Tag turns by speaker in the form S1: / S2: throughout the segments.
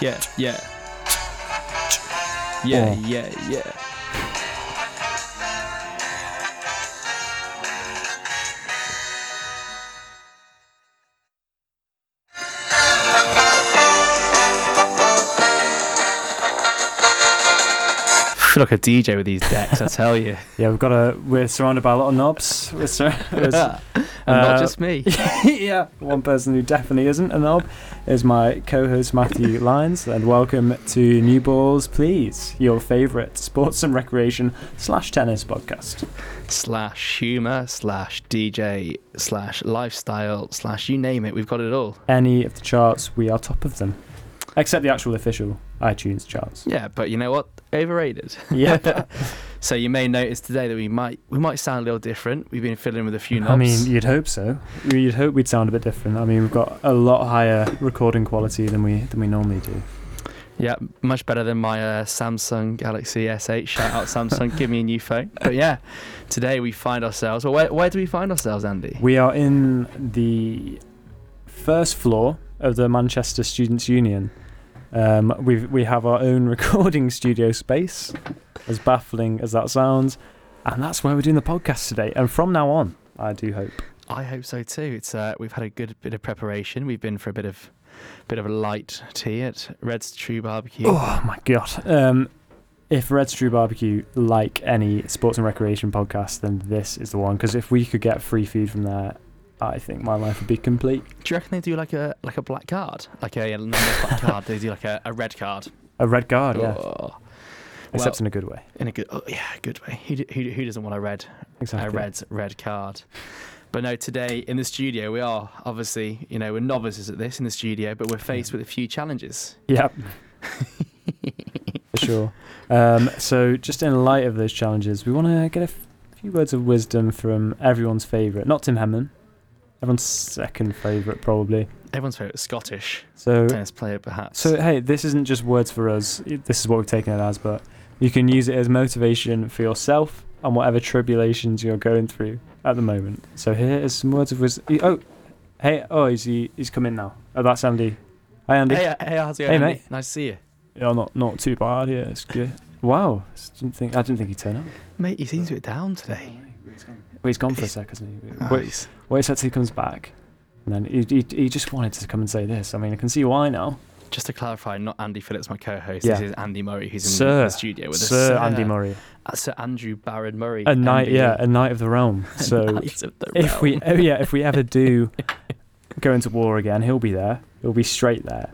S1: yeah, yeah. Yeah, yeah, yeah. Feel like a DJ with these decks, I tell you.
S2: Yeah, we've got a. We're surrounded by a lot of knobs. We're sur- we're s-
S1: and not
S2: Uh,
S1: just me.
S2: yeah, one person who definitely isn't a knob is my co-host Matthew Lyons, and welcome to New Balls, please, your favourite sports and recreation slash tennis podcast.
S1: slash humor, slash DJ, slash lifestyle, slash you name it. We've got it all.
S2: Any of the charts, we are top of them, except the actual official iTunes charts.
S1: Yeah, but you know what? Overrated.
S2: Yeah,
S1: So you may notice today that we might we might sound a little different. We've been filling with a few knobs.
S2: I mean, you'd hope so. You'd hope we'd sound a bit different. I mean, we've got a lot higher recording quality than we than we normally do.
S1: yeah, much better than my uh, Samsung Galaxy S8. Shout out Samsung, give me a new phone. But yeah, today we find ourselves. Well, where, where do we find ourselves, Andy?
S2: We are in the first floor of the Manchester Students' Union. Um, we've, we have our own recording studio space, as baffling as that sounds. And that's where we're doing the podcast today. And from now on, I do hope.
S1: I hope so too. It's uh, we've had a good bit of preparation. We've been for a bit of bit of a light tea at Red's True Barbecue.
S2: Oh my God. Um, if Red's True Barbecue like any sports and recreation podcast, then this is the one. Because if we could get free food from there, I think my life would be complete.
S1: Do you reckon they do like a like a black card, like a, a number black card? They do like a, a red card.
S2: A red guard, yeah.
S1: Oh,
S2: Except in a good way.
S1: in a good, oh, yeah, good way. Who, d- who, who doesn't want a red
S2: Exactly.
S1: a red red card? But no, today in the studio we are obviously you know we're novices at this in the studio, but we're faced with a few challenges.
S2: Yep. For sure. Um, so, just in light of those challenges, we want to get a f- few words of wisdom from everyone's favourite, not Tim Hemman, everyone's second favourite, probably.
S1: Everyone's favorite Scottish
S2: So,
S1: tennis player, perhaps.
S2: so hey, this isn't just words for us. i- This is what we've taken it as, but you can use it as motivation for yourself and whatever tribulations you're going through at the moment. So, here is some words of wisdom. Oh, hey, oh, is he? He's come in now. Oh, that's Andy. Hi, Andy.
S1: hey, uh, hey, how's it
S2: Hey,
S1: going? Andy?
S2: mate.
S1: Nice to see you,
S2: Yeah, not not too bad. Yeah, it's good. wow, s- didn't think I didn't think he'd turn up.
S1: mate. You seem to be down today.
S2: Well, he's gone for a sec, hasn't he?
S1: Ah.
S2: Wait,
S1: Nice.
S2: wait till he comes back, and then he, he he just wanted to come and say this. I mean, I can see why now,
S1: Just to clarify, not Andy Phillips, my co-host.
S2: Yeah.
S1: This is Andy Murray, who's in
S2: Sir.
S1: the studio with us.
S2: Sir Andy Murray,
S1: Uh, Sir Andrew Barron Murray.
S2: a knight,
S1: MBE.
S2: yeah, a knight of the realm. So
S1: Knights of the
S2: if we,
S1: Realm.
S2: oh yeah, if we ever do go into war again, he'll be there. He'll be straight there.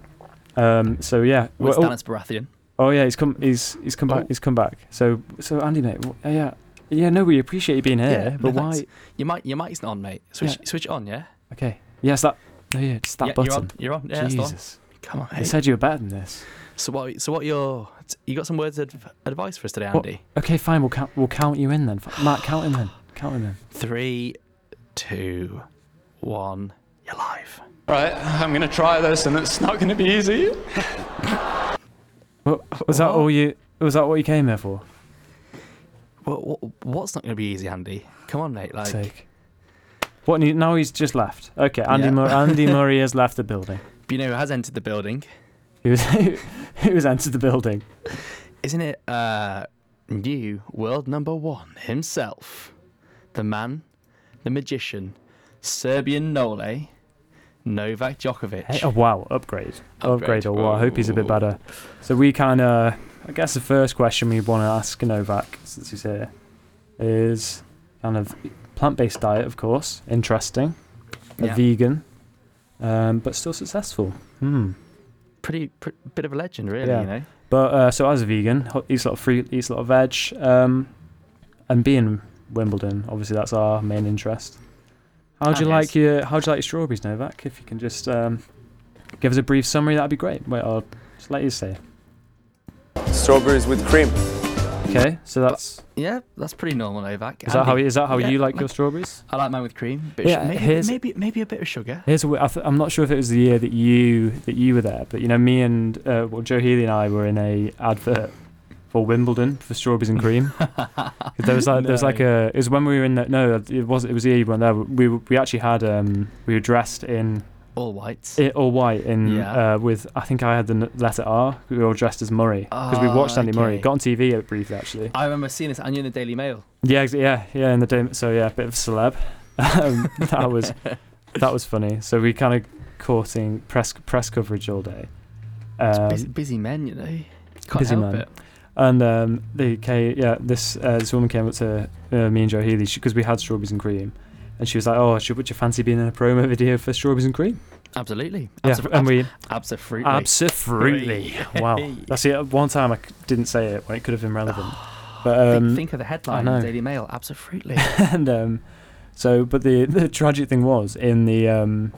S2: Um, so yeah,
S1: with
S2: well, oh,
S1: Stannis Baratheon.
S2: oh, yeah, he's come, he's he's come back,
S1: Oh.
S2: he's come back. So so Andy, mate, wh- yeah, yeah, no, we appreciate you being here,
S1: Yeah,
S2: but
S1: no,
S2: why?
S1: thanks. Your mic, your mic's not on, mate. Switch,
S2: Yeah.
S1: switch it on, yeah.
S2: Okay. Yes, that. No, yeah, it's that
S1: yeah,
S2: button.
S1: You're on. You're on. Yeah, it's on.
S2: Jesus.
S1: Come on,
S2: They
S1: mate.
S2: said you were better than this.
S1: So what? So what? Your you got some words of advice for us today,
S2: What?
S1: Andy?
S2: Okay, fine. We'll count. We'll count you in then. F- Matt, count him in. Count him in.
S1: Three, two, one. You're live.
S3: Right, I'm gonna try this and it's not gonna be easy.
S2: Well, was that all you? Was that what you came here for?
S1: What, what, what's not going to be easy, Andy? Come on, mate. Like,
S2: Sake. What? ne- Now he's just left. Okay, Andy.
S1: Yeah.
S2: Mur- Andy Murray has left the building.
S1: you know, who has entered the building.
S2: He was. he was entered the building.
S1: Isn't it? Uh, new world number one himself, the man, the magician, Serbian Nole, Novak Djokovic.
S2: Hey, oh wow! Upgrade. Upgrade.
S1: Upgrade. Oh.
S2: Or what? I hope he's a bit
S1: Ooh.
S2: better. So we kind of. I guess the first question we want to ask Novak, since he's here, is kind of plant-based diet, of course. Interesting. a
S1: Yeah.
S2: vegan, um, but still successful. Hmm.
S1: pretty pr- bit of a legend, really.
S2: Yeah.
S1: You know,
S2: But uh, so as a vegan, ho- eats a lot of fruit, eats a lot of veg, um, and being Wimbledon, obviously that's our main interest. How'd you
S1: And
S2: like
S1: his.
S2: your How'd you like your strawberries, Novak? If you can just um, give us a brief summary, that'd be great. Wait, I'll just let you say.
S4: Strawberries with cream.
S2: Okay, so that's
S1: yeah, that's pretty normal, Novak.
S2: is that how
S1: Andy,
S2: is that how
S1: yeah,
S2: you like
S1: ma-
S2: your strawberries?
S1: I like mine with cream. But
S2: Yeah,
S1: yeah, maybe,
S2: here's-
S1: maybe maybe a bit of sugar.
S2: Here's what I th- I'm not sure if it was the year that you that you were there, but you know me and uh, well Joe Healy and I were in a advert for Wimbledon for strawberries and cream. 'Cause there was like there was like a it was when we were in the no it was it was the year you weren't there. We were- we actually had um we were dressed in
S1: all whites.
S2: It or white in
S1: Yeah.
S2: uh, with I think I had the n- letter R. We were all dressed as Murray because we
S1: Ah,
S2: watched Andy Murray.
S1: okay.
S2: Got on TV briefly actually.
S1: I remember seeing this, and you're in the Daily Mail.
S2: Yeah, ex- yeah, yeah. In the day, so yeah, a bit of a celeb. um, that was that was funny. So we kind of courting press press coverage all day. Um,
S1: busy, busy men, you know. Can't
S2: busy
S1: help
S2: man.
S1: it.
S2: And um, they came, yeah, this uh, this woman came up to uh, me and Joe Healy because we had strawberries and cream, and she was like, "Oh, should, would you fancy being in a promo video for strawberries and cream?"
S1: Absolutely.
S2: Yeah,
S1: Abso-
S2: and we
S1: absolutely.
S2: absolutely, wow. That's it. One time I c- didn't say it when it could have been relevant, but
S1: Ah, think,
S2: um,
S1: think of the
S2: I
S1: headline
S2: know.
S1: in the Daily Mail. Absolutely.
S2: and um, so but the the tragic thing was in the um,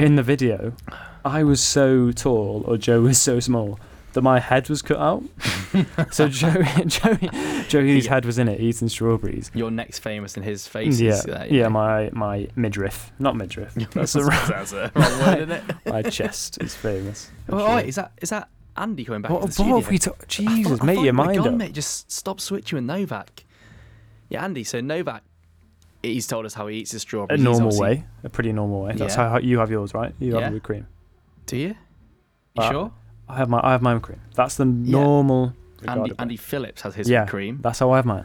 S2: in the video, I was so tall or Joe was so small that my head was cut out. so Joe Joe Joe Healy's
S1: Yeah.
S2: head was in it eating strawberries.
S1: Your next famous in his face.
S2: Yeah,
S1: is that,
S2: yeah, my my midriff, not midriff. That's the right,
S1: That's a wrong word, isn't it?
S2: my chest is famous.
S1: Well, wait, is that is that Andy coming back?
S2: what,
S1: to the
S2: what
S1: studio?
S2: have we talked? Jesus,
S1: I
S2: make
S1: thought
S2: your
S1: you were
S2: mind
S1: gone,
S2: up.
S1: Mate, just stop switching with Novak. Yeah, Andy. So Novak, he's told us how he eats his
S2: A
S1: strawberries. He's
S2: normal
S1: obviously-
S2: way, a pretty normal way. That's
S1: Yeah.
S2: how you have yours, right? You have
S1: Yeah.
S2: it with cream.
S1: Do you? You
S2: Uh,
S1: sure?
S2: I have my I have mine with cream. That's the normal. regard
S1: Andy,
S2: of it.
S1: Andy Phillips has his
S2: Yeah.
S1: with cream.
S2: That's how I have mine.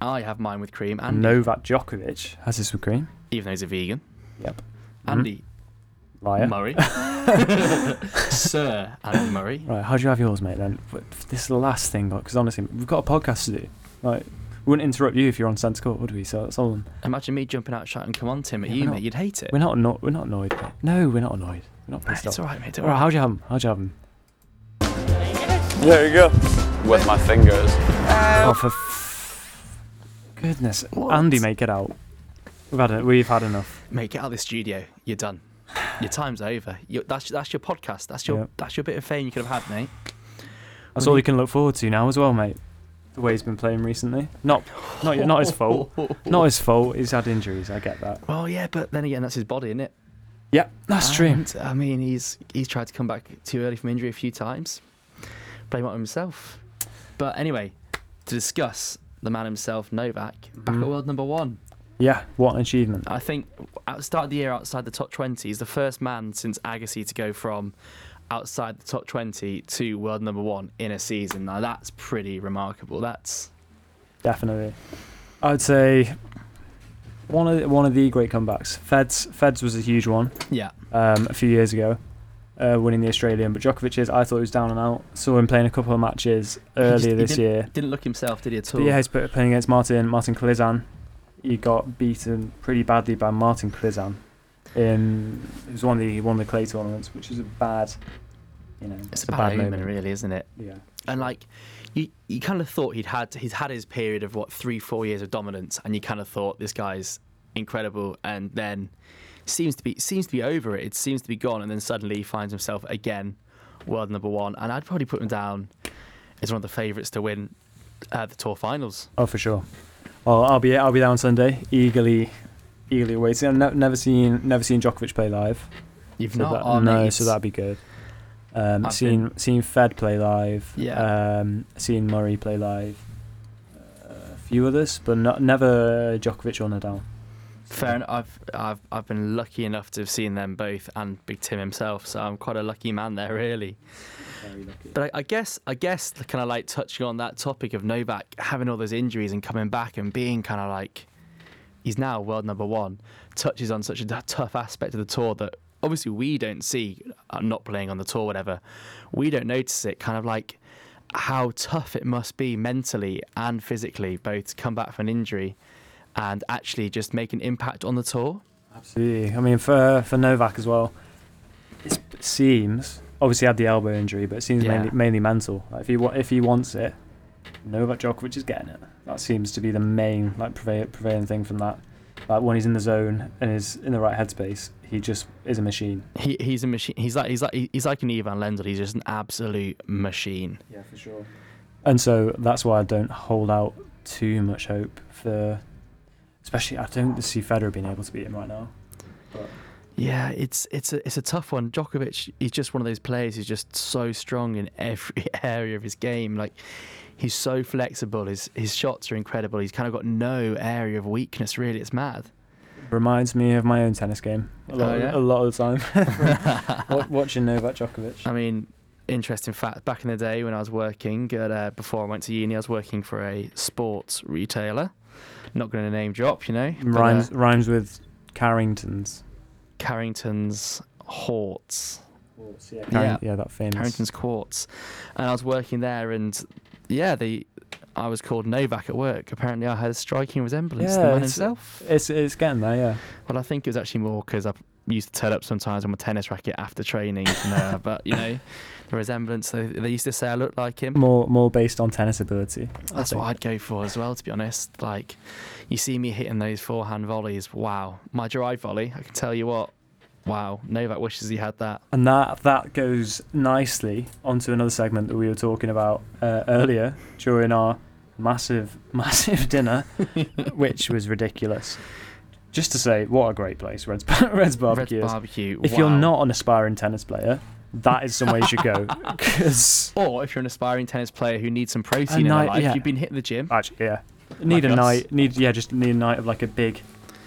S1: I have mine with cream. Andy,
S2: And Novak Djokovic has his with cream.
S1: even though he's a vegan.
S2: Yep. Mm-hmm.
S1: Andy
S2: Liar.
S1: Murray. Sir Andy Murray.
S2: Right, how do you have yours, mate? Then But f- this is the last thing, because honestly, we've got a podcast to do. Like, we wouldn't interrupt you if you're on Sense Court, would we? So that's all.
S1: Imagine me jumping out shouting, "Come on, Tim!" at
S2: Yeah,
S1: you,
S2: we're
S1: mate.
S2: not-
S1: You'd hate it.
S2: We're not anno- we're not annoyed. Mate. No, we're not annoyed. We're not pissed
S1: It's
S2: off.
S1: all right, mate. Don't
S2: All right,
S1: worry.
S2: how'd you have them? How'd you have them?
S4: There you go. With my fingers.
S2: Oh, for f- goodness, Andy, mate, get out. We've had it. We've had enough.
S1: Mate, get out of the studio. You're done. Your time's over. you that's that's your podcast. That's your
S2: Yeah.
S1: that's your bit of fame you could have had, mate.
S2: That's all you can look forward to now, as well, mate. The way he's been playing recently. Not, not, not his fault. Not his fault. He's had injuries. I get that.
S1: Well, yeah, but then again, that's his body, isn't it?
S2: Yeah, that's true.
S1: And, I mean, he's he's tried to come back too early from injury a few times. Blame it on himself. But anyway, to discuss the man himself, Novak, back
S2: Mm-hmm.
S1: at world number one.
S2: Yeah, what an achievement.
S1: I think at the start of the year outside the top 20, he's the first man since Agassi to go from outside the top 20 to world number one in a season. Now, that's pretty remarkable. That's
S2: Definitely. I'd say one of the, one of the great comebacks. Feds Feds was a huge one
S1: Yeah.
S2: um, a few years ago, uh, winning the Australian. But Djokovic's, I thought he was down and out. Saw him playing a couple of matches
S1: He
S2: earlier
S1: just- he
S2: this
S1: didn't-
S2: year.
S1: Didn't look himself, did he at all?
S2: But yeah, he's put- playing against Martin Martin Klizan. He got beaten pretty badly by Martin Klizan. In it was one of the one of the clay tournaments, which is a bad, you know,
S1: It's a bad, omen,
S2: moment.
S1: really, isn't it?
S2: Yeah.
S1: And like, you you kind of thought he'd had he's had his period of what three four years of dominance, and you kind of thought this guy's incredible, and then seems to be seems to be over it. It seems to be gone, and then suddenly he finds himself again world number one, and I'd probably put him down as one of the favourites to win uh, the tour finals.
S2: Oh, for sure. Well, I'll be I'll be there on Sunday, eagerly, eagerly waiting. I've ne- never seen never seen Djokovic play live.
S1: You've
S2: So
S1: not
S2: that,
S1: oh,
S2: no,
S1: mate,
S2: so that'd be good. Um,
S1: I've
S2: seen seen Fed play live.
S1: Yeah.
S2: Um, seen Murray play live. Uh, A few others, but not, never Djokovic or Nadal.
S1: fair. enough. I've I've I've been lucky enough to have seen them both and Big Tim himself, so I'm quite a lucky man there, really.
S2: Very lucky.
S1: But I, I guess, I guess, the kind of like touching on that topic of Novak having all those injuries and coming back and being kind of like, he's now world number one, touches on such a t- tough aspect of the tour that obviously we don't see, uh, not playing on the tour, whatever, we don't notice it. Kind of like how tough it must be mentally and physically, both to come back from an injury and actually just make an impact on the tour.
S2: Absolutely. I mean, for for Novak as well, it's- it seems obviously had the elbow injury, but it seems
S1: Yeah.
S2: mainly mainly mental. Like if he wa- if he wants it, Novak Djokovic is getting it. That seems to be the main like prevailing, prevailing thing from that. Like when he's in the zone and is in the right headspace, he just is a machine.
S1: He, he's a machine. He's like he's like he's like an Ivan Lendl. He's just an absolute machine.
S2: Yeah, for sure. And so that's why I don't hold out too much hope for, especially I don't see Federer being able to beat him right now.
S1: Yeah, it's it's a it's a tough one. Djokovic, he's just one of those players who's just so strong in every area of his game. Like he's so flexible. His his shots are incredible. He's kind of got no area of weakness really. It's mad.
S2: Reminds me of my own tennis game a lot,
S1: Oh, yeah?
S2: a lot of the time. Wa- Watching Novak Djokovic.
S1: I mean, interesting fact. Back in the day when I was working, at, uh, before I went to uni, I was working for a sports retailer. Not going to name drop, you know. but, uh,
S2: rhymes rhymes with Carrington's.
S1: Carrington's Horts.
S2: yeah,
S1: Carring-
S2: yeah, that famous.
S1: Carrington's Quartz, and I was working there, and yeah, the I was called Novak at work. Apparently, I had a striking resemblance to
S2: Yeah,
S1: the man
S2: it's-
S1: himself.
S2: It's it's getting there, yeah.
S1: Well, I think it was actually more because I used to turn up sometimes on my tennis racket after training, you know, but you know, the resemblance they, they used to say I looked like him.
S2: More more based on tennis ability.
S1: That's what
S2: think.
S1: I'd go for as well, to be honest. Like, you see me hitting those forehand volleys. Wow, my drive volley. I can tell you what. Wow, Novak wishes he had that.
S2: And that that goes nicely onto another segment that we were talking about uh, earlier during our massive massive dinner, which was ridiculous. Just to say, what a great place Red's Red's Barbecue
S1: Red's
S2: is.
S1: barbecue.
S2: If you're
S1: wow.
S2: not an aspiring tennis player, that is somewhere you should go because
S1: Or if you're an aspiring tennis player who needs some protein in
S2: night-
S1: their life,
S2: yeah.
S1: you've been hitting the gym,
S2: actually, yeah, need a
S1: us.
S2: night, need yeah, just need a night of like a big,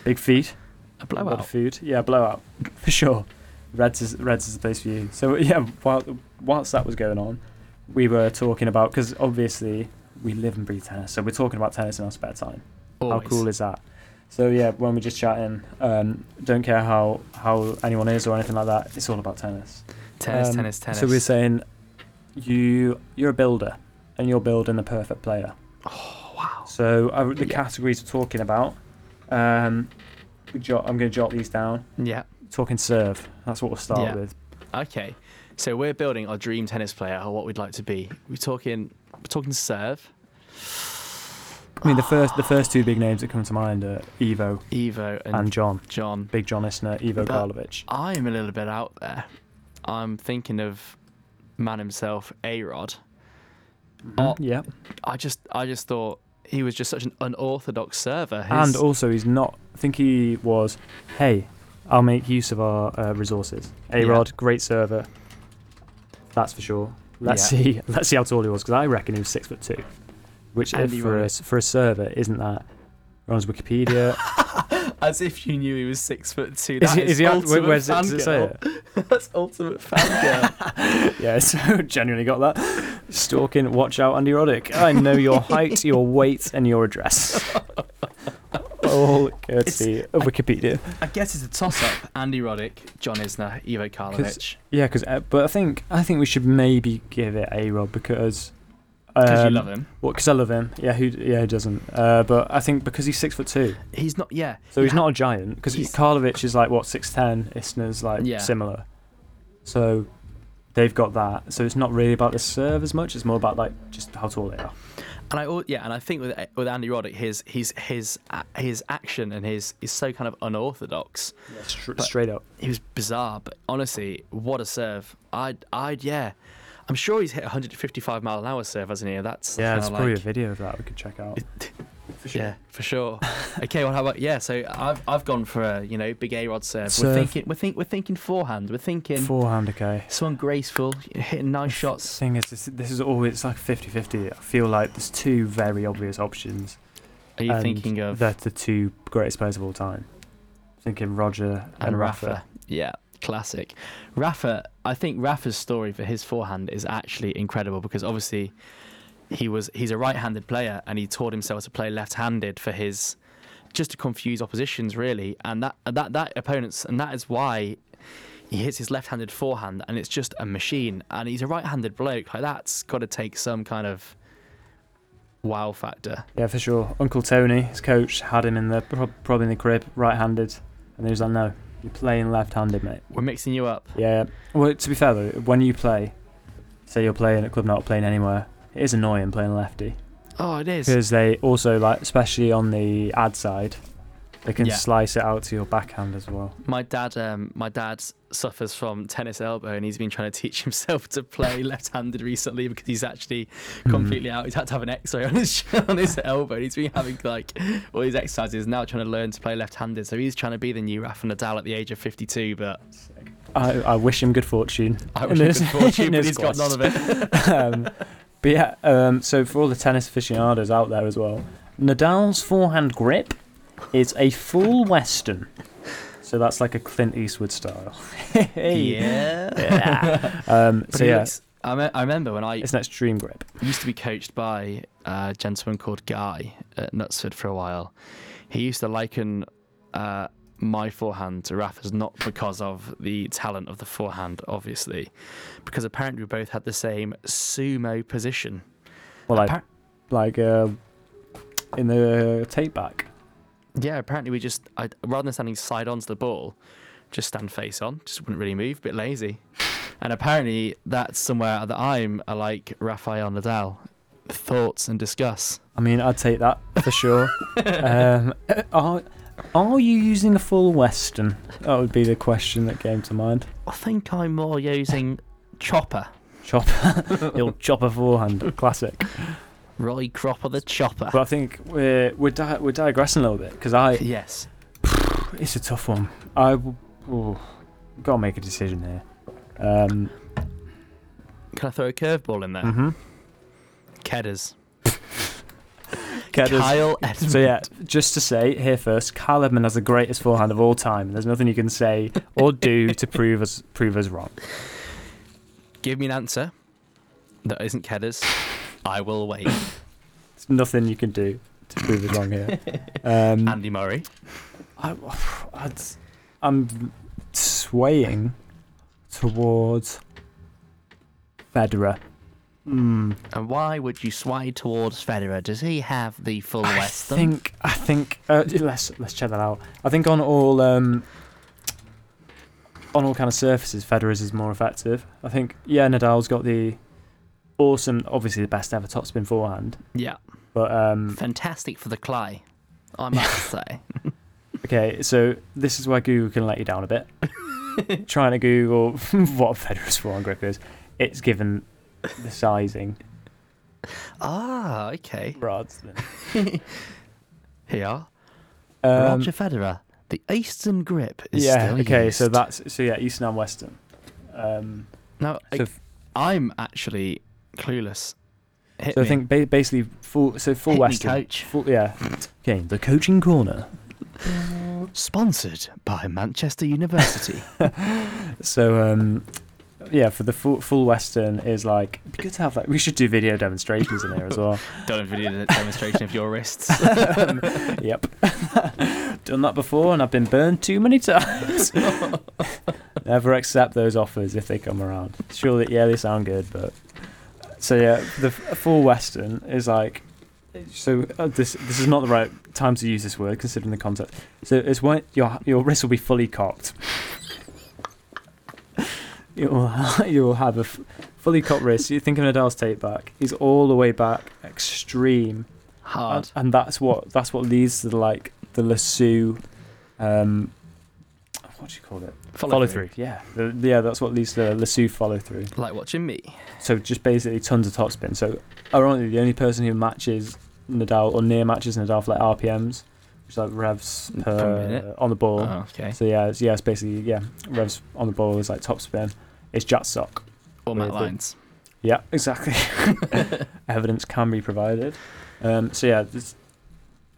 S2: big feat.
S1: a
S2: A lot of
S1: blowout.
S2: food. Yeah, blowout for sure. Reds is Reds is the place for you. So yeah, while, whilst that was going on, we were talking about because obviously we live and breathe tennis, so we're talking about tennis in our spare time.
S1: Always.
S2: How cool is that? So yeah, when we're just chatting, um, don't care how how anyone is or anything like that. It's all about tennis.
S1: tennis,
S2: Um,
S1: tennis, tennis.
S2: So we're saying, you you're a builder, and you're building the perfect player. Oh wow! So uh, the categories we're talking about, um, we jot, I'm going to jot these down
S1: yeah.
S2: talking serve. That's what we'll start
S1: Yeah.
S2: with.
S1: Okay. So we're building our dream tennis player or what we'd like to be. We're talking we're talking serve,
S2: I mean, the first the first two big names that come to mind are Evo
S1: Evo and,
S2: and John,
S1: John.
S2: Big John Isner, Evo
S1: But-
S2: Karlovic.
S1: I'm a little bit out there. I'm thinking of man himself, A Rod. Oh,
S2: Mm-hmm, yeah,
S1: I just I just thought he was just such an unorthodox server.
S2: and
S1: His-
S2: also he's not. I think he was. Hey, I'll make use of our uh, resources. A Rod, great server. That's for sure. Let's
S1: Yeah.
S2: see. Let's see how tall he was because I reckon he was six foot two, which
S1: And
S2: if
S1: he
S2: for a,
S1: was-
S2: for a server isn't that. On his Wikipedia,
S1: as if you knew he was six foot two.
S2: is
S1: That
S2: he,
S1: is
S2: is he out, where,
S1: ultimate
S2: where's it, does it say
S1: fangirl.
S2: it?
S1: That's ultimate fangirl.
S2: Yeah, so genuinely got that. Stalking, watch out, Andy Roddick. I know your height, your weight, and your address. All courtesy of Wikipedia.
S1: I guess it's a toss-up. Andy Roddick, John Isner, Ivo Karlovic.
S2: Yeah, because uh, but I think I think we should maybe give it a Rob because.
S1: Because you
S2: um,
S1: love him.
S2: Well, because I love him. Yeah, who? Yeah, who doesn't? Uh, but I think because he's six foot two,
S1: He's not. Yeah.
S2: so he's
S1: Yeah.
S2: not a giant. Because
S1: He's-
S2: Karlovic is like what six ten. Isner's like
S1: Yeah.
S2: similar. So they've got that. So it's not really about the serve as much. It's more about like just how tall they are.
S1: And I. al- Yeah. And I think with with Andy Roddick, his his his a- his action and his is so kind of unorthodox.
S2: Str-
S1: But-
S2: straight up.
S1: He was bizarre, but honestly, what a serve! I'd I'd yeah. I'm sure he's hit 155 mile an hour serve, hasn't he? That's
S2: Yeah,
S1: kinda
S2: it's probably a
S1: like-
S2: video of that we could check out.
S1: Yeah, for sure. okay, well, how about yeah? So I've I've gone for a you know big A rod serve. We're
S2: Serve.
S1: thinking we're think we're thinking forehand. We're thinking
S2: Forehand, okay.
S1: someone graceful, hitting nice shots.
S2: Thing is, this, this is always it's like 50-50. I feel like there's two very obvious options.
S1: Are you
S2: and
S1: thinking of
S2: They're the two greatest players of all time. Thinking Roger and,
S1: and Rafa.
S2: Rafa.
S1: Yeah, classic. Rafa, I think Rafa's story for his forehand is actually incredible because obviously he was he's a right-handed player and he taught himself to play left-handed for his just to confuse oppositions really and that that that opponents and that is why he hits his left-handed forehand and it's just a machine and he's a right-handed bloke like that's got to take some kind of wow factor.
S2: Yeah, for sure. Uncle Tony, his coach, had him in the prob- probably in the crib, right-handed, and he was like, "No, you're playing left-handed, mate."
S1: We're mixing you up.
S2: Yeah. Well, to be fair though, when you play, say you're playing at club night or playing anywhere, it is annoying playing lefty.
S1: Oh, it is.
S2: because they also like especially on the ad side they can
S1: Yeah.
S2: slice it out to your backhand as well
S1: My dad, um, my dad suffers from tennis elbow, and he's been trying to teach himself to play left-handed recently because he's actually
S2: Mm-hmm.
S1: completely out. He's had to have an X-ray on his on his elbow. and He's been having like all these exercises now, trying to learn to play left-handed. So he's trying to be the new Rafa Nadal at the age of 52. But
S2: I, I wish him good fortune
S1: I
S2: in
S1: wish him
S2: his-
S1: good fortune,
S2: in
S1: but
S2: his
S1: he's got none
S2: squats.
S1: of it.
S2: um, but yeah um, so for all the tennis aficionados out there as well Nadal's forehand grip is a full Western. So that's like a Clint Eastwood style. hey.
S1: Yeah.
S2: Um,
S1: But
S2: so
S1: it
S2: yeah,
S1: looks- I, me- I remember when I
S2: it's an extreme grip.
S1: used to be coached by a gentleman called Guy at Knutsford for a while. He used to liken uh, my forehand to Rafa's, not because of the talent of the forehand, obviously, because apparently we both had the same sumo position.
S2: Well, like,
S1: Appar-
S2: like uh, in the tape back.
S1: yeah, apparently we just, I, rather than standing side on to the ball, just stand face on, just wouldn't really move, bit lazy. And apparently that's somewhere that I'm like Rafael Nadal. Thoughts and discuss.
S2: I mean, I'd take that for sure. um, uh, are, are you using a full Western? That would be the question that came to mind.
S1: I think I'm more using chopper.
S2: Chopper, he'll chopper forehand, classic.
S1: Roy Cropper the chopper.
S2: But I think we're we're, di- we're digressing a little bit because I
S1: yes.
S2: it's a tough one. I w- ooh, gotta make a decision here. Um,
S1: Can I throw a curveball in there?
S2: mhm.
S1: Kedders.
S2: Kedders.
S1: Kyle Edmund.
S2: So yeah, just to say here first, Kyle Edmund has the greatest forehand of all time. There's nothing you can say or do to prove us prove us wrong.
S1: Give me an answer that isn't Kedders. I will wait.
S2: Mm-hmm. There's nothing you can do to prove us wrong here. Um,
S1: Andy Murray.
S2: I, I'd, I'm swaying towards Federer. Mm,
S1: And why would you sway towards Federer? Does he have the full
S2: I
S1: Western?
S2: think I think uh, let's let's check that out. I think on all um, on all kind of surfaces, Federer's is more effective. I think yeah, Nadal's got the awesome, obviously the best ever topspin forehand.
S1: Yeah.
S2: But um,
S1: Fantastic for the clay. I must say.
S2: okay, so this is where Google can let you down a bit. Trying to Google what Federer's forehand grip is, it's given the sizing
S1: Ah, okay.
S2: rods. than-
S1: Here. you are.
S2: Um,
S1: Roger Federer. The Eastern grip is
S2: yeah.
S1: still
S2: Okay. So
S1: used.
S2: that's so yeah, Eastern and Western. Um,
S1: Now, I-
S2: so f-
S1: I'm actually clueless. Hit
S2: So
S1: me.
S2: I think ba- basically full. So full
S1: Hit me,
S2: Western.
S1: coach.
S2: Full, yeah. Okay, the coaching corner.
S1: Sponsored by Manchester University.
S2: So um, yeah, for the full full Western is like it'd be good to have like we should do video demonstrations in here as well.
S1: Don't really need a demonstration of your wrists.
S2: yep, done that before and I've been burned too many times. Never accept those offers if they come around. Sure that yeah they sound good, but so yeah, the f- full Western is like. So uh, this this is not the right time to use this word considering the context. So it's when your your wrist will be fully cocked. You'll you'll have a f- fully cocked wrist. You think of Nadal's take back. He's all the way back, extreme,
S1: Hard.
S2: and, and that's what that's what leads to the, like the lasso. Um, what do you call it? Yeah, the, yeah. That's what leads to the lasso follow through.
S1: Like watching me.
S2: So just basically tons of topspin. So ironically, the only person who matches Nadal or near matches Nadal for like RPMs, which is like revs
S1: Per
S2: per,
S1: minute.
S2: on the ball.
S1: Oh, okay.
S2: So yeah, it's, yeah, it's basically yeah, revs on the ball is like topspin. It's jack sock.
S1: All
S2: Very
S1: Matt
S2: good.
S1: Lyons.
S2: Yeah, exactly. Evidence can be provided. Um, so yeah, this,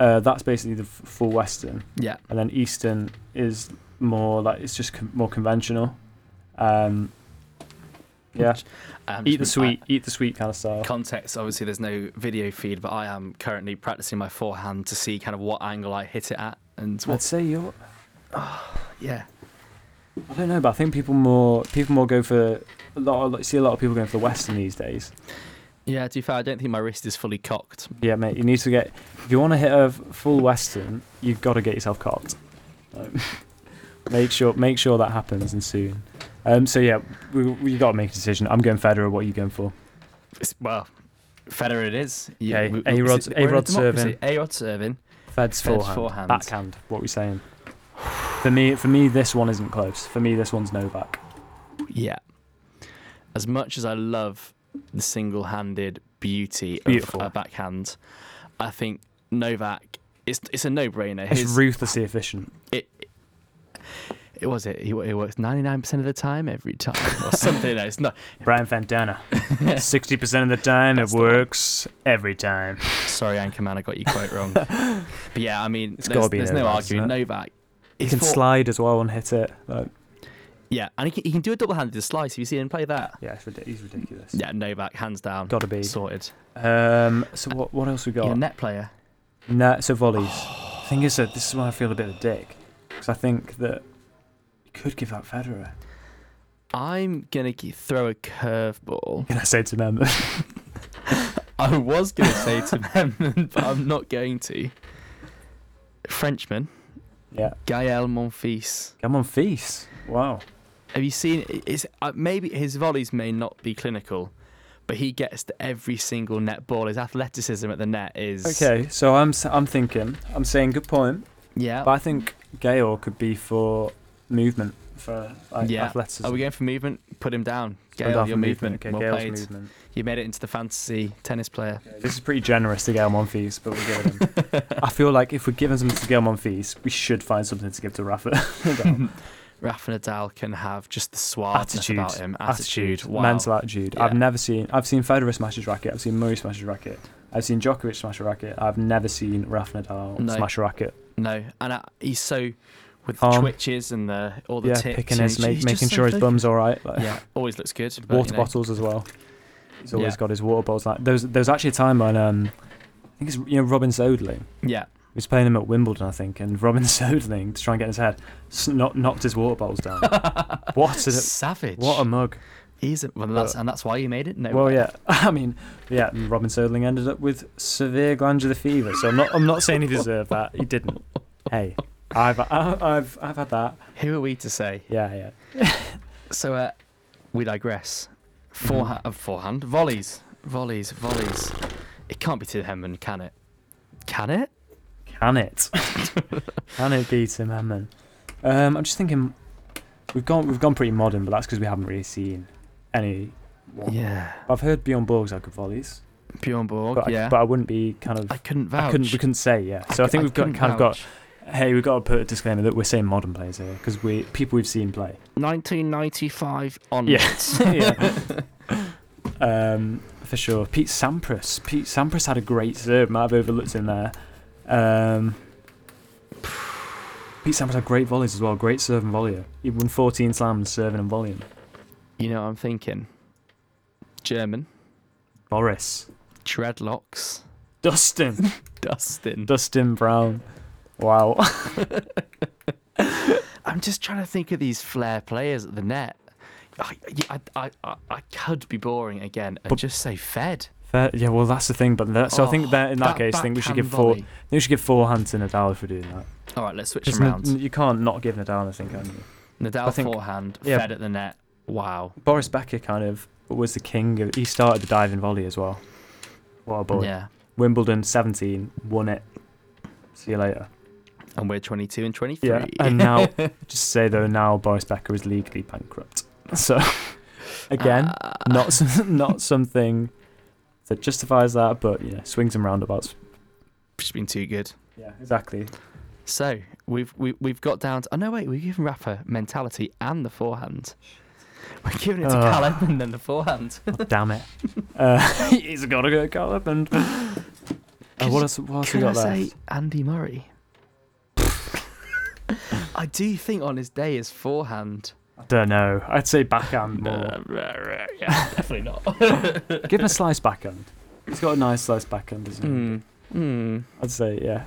S2: uh, that's basically the f- full Western,
S1: Yeah.
S2: and then Eastern is more like it's just con more conventional. Um, yeah,
S1: Um,
S2: eat the sweet, eat the sweet kind of style.
S1: Context obviously, there's no video feed, but I am currently practicing my forehand to see kind of what angle I hit it at and
S2: I'd
S1: what.
S2: say you're.
S1: Yeah.
S2: I don't know, but I think people more people more go for a lot. Of, like, see a lot of people going for the Western these days.
S1: Yeah, to be fair, I don't think my wrist is fully cocked.
S2: Yeah, mate, you need to get if you want to hit a full Western, you've got to get yourself cocked. Like, make sure make sure that happens and soon. Um, so yeah, we we got to make a decision. I'm going Federer. What are you going for?
S1: It's- well, Federer it is. You-
S2: Okay,
S1: we- we-
S2: A-Rod's-
S1: we're in a
S2: A-Rod's
S1: democracy.
S2: serving.
S1: A-Rod serving.
S2: Feds, forehand.
S1: forehand.
S2: backhand. What are we saying? For me, for me, this one isn't close. For me, this one's Novak.
S1: Yeah. As much as I love the single-handed beauty
S2: Beautiful.
S1: of a backhand, I think Novak. It's it's a no-brainer.
S2: It's
S1: His,
S2: ruthlessly efficient.
S1: it, it was it. He, he works 99% of the time every time or something. no, it's not.
S2: Brian Fantana. 60% of the time, it works every time.
S1: Sorry, Anchorman, I got you quite wrong. but yeah, I mean,
S2: It's
S1: there's,
S2: gotta be
S1: there's no
S2: Novak,
S1: arguing.
S2: isn't it?
S1: Novak.
S2: He
S1: he's
S2: can
S1: fought-
S2: slide as well and hit it. Like,
S1: Yeah, and he can, he can do a double-handed slice. Have you seen him play that?
S2: yeah, it's ridic- he's ridiculous.
S1: Yeah, Novak, hands down,
S2: Gotta be.
S1: sorted.
S2: Um, so what, what else we
S1: He's
S2: got?
S1: a net player.
S2: Nah, so volleys.
S1: Oh.
S2: Thing is that this is why I feel a bit of a dick because I think that you could give that Federer.
S1: I'm gonna g- throw a curveball.
S2: Can I say to them?
S1: I was gonna say to Memnon, but I'm not going to. Frenchman,
S2: yeah,
S1: Gael Monfils.
S2: come on, feast. Wow.
S1: Have you seen? It's uh, maybe his volleys may not be clinical, but he gets to every single net ball. His athleticism at the net is
S2: Okay, so I'm s- I'm thinking I'm saying good point,
S1: Yeah.
S2: but I think Gayor could be for movement for like,
S1: Yeah.
S2: athleticism.
S1: Are we going for movement? Put him down.
S2: Go
S1: Gael,
S2: down
S1: your
S2: for
S1: movement.
S2: Okay,
S1: well
S2: Gael's
S1: played.
S2: movement.
S1: You made it into the fantasy tennis player.
S2: This is pretty generous to Gail Monfils, but we're giving him. I feel like if we're giving something to Gail Monfils, we should find something to give to Rafa.
S1: Rafa Nadal can have just the suaveness
S2: attitude,
S1: about him. Attitude. Wow.
S2: mental attitude. I've
S1: Yeah.
S2: never seen. I've seen Federer smash his racket. I've seen Murray smash his racket. I've seen Djokovic smash a racket. I've never seen Rafa Nadal
S1: No.
S2: smash a racket.
S1: No, and I, he's so with the
S2: Calm.
S1: twitches and the all the
S2: yeah,
S1: tics.
S2: picking
S1: and
S2: his,
S1: he's-
S2: ma-
S1: he's just
S2: making
S1: so
S2: sure his
S1: focused.
S2: bum's all right. Like,
S1: Yeah, always looks good. but,
S2: water
S1: you know,
S2: bottles as well. He's always
S1: Yeah.
S2: got his water bottles. Like there was, there was actually a time when um, I think it's you know Robin Sodling.
S1: Yeah,
S2: He was playing him at Wimbledon, I think, and Robin Sodling to try and get in his head, s- knock, knocked his water bottles down. what a
S1: savage.
S2: what a mug!
S1: he's a, well, that's, and that's why you made it. No,
S2: Well,
S1: way.
S2: yeah, I mean, yeah, and Robin Sodling ended up with severe glandular fever, so I'm not I'm not saying he deserved that. He didn't. Hey, I've I- I've I've had that.
S1: Who are we to say?
S2: Yeah, yeah.
S1: So uh, we digress.
S2: Mm-hmm.
S1: Forehand, uh, forehand volleys, volleys, volleys. It can't be Tim Henman, can it? Can it?
S2: Can it? Can it be Tim Henman? Um, I'm just thinking, we've gone we've gone pretty modern, but that's because we haven't really seen any.
S1: Yeah.
S2: I've heard Bjorn Borg's had good volleys,
S1: Bjorn Borg.
S2: but,
S1: yeah.
S2: I, but I wouldn't be kind of
S1: I couldn't vouch.
S2: I couldn't, we couldn't say, yeah. So I, think we've got
S1: couldn't
S2: kind of got.
S1: vouch.
S2: Hey, we've got to put a disclaimer that we're saying modern players here because we people we've seen play.
S1: 1995 on.
S2: yeah. um, for sure. Pete Sampras. Pete Sampras had a great serve. Might have overlooked him there. Um, Pete Sampras had great volleys as well. Great serve and volley. He won 14 slams serving and volleying.
S1: You know, what I'm thinking. German
S2: Boris.
S1: dreadlocks.
S2: Dustin.
S1: Dustin.
S2: Dustin Brown. Wow.
S1: I'm just trying to think of these flair players at the net. I, I, I, I, I could be boring again and
S2: But-
S1: just say Fed.
S2: Fair- yeah, well, that's the thing. But that, so I think
S1: Oh,
S2: that in
S1: that
S2: that, case, I think we should
S1: backhand
S2: give four. I
S1: volley.
S2: think we should give four hands to Nadal for doing that.
S1: All right, let's switch
S2: Because
S1: them around.
S2: N- you can't not give Nadal, I think. Can you? I
S1: Nadal
S2: think-
S1: forehand,
S2: yeah.
S1: Fed at the net. Wow.
S2: Boris Becker kind of was the king. Of, he started the diving volley as well. What a boy!
S1: Yeah.
S2: Wimbledon 17 won it. See you later.
S1: And we're 22 and 23.
S2: Yeah, and now just say though now Boris Becker is legally bankrupt. So again,
S1: Ah,
S2: not some- not something that justifies that, but you know, swings and roundabouts.
S1: It's been too good.
S2: Yeah, exactly.
S1: So we've we, we've got down to. Oh no, wait, we've given Rapper mentality and the forehand. We're giving it to
S2: Ugh.
S1: Cal Edmund and the forehand.
S2: God damn it. Uh, he's got to go Caleb and. Uh, what else? What else we
S1: Can I
S2: got
S1: say
S2: left?
S1: Andy Murray? I do think on his day his forehand.
S2: I don't know. I'd say backhand more.
S1: definitely not.
S2: Give him a slice backhand. He's got a nice slice backhand, doesn't he?
S1: mm. Mm.
S2: I'd say yeah.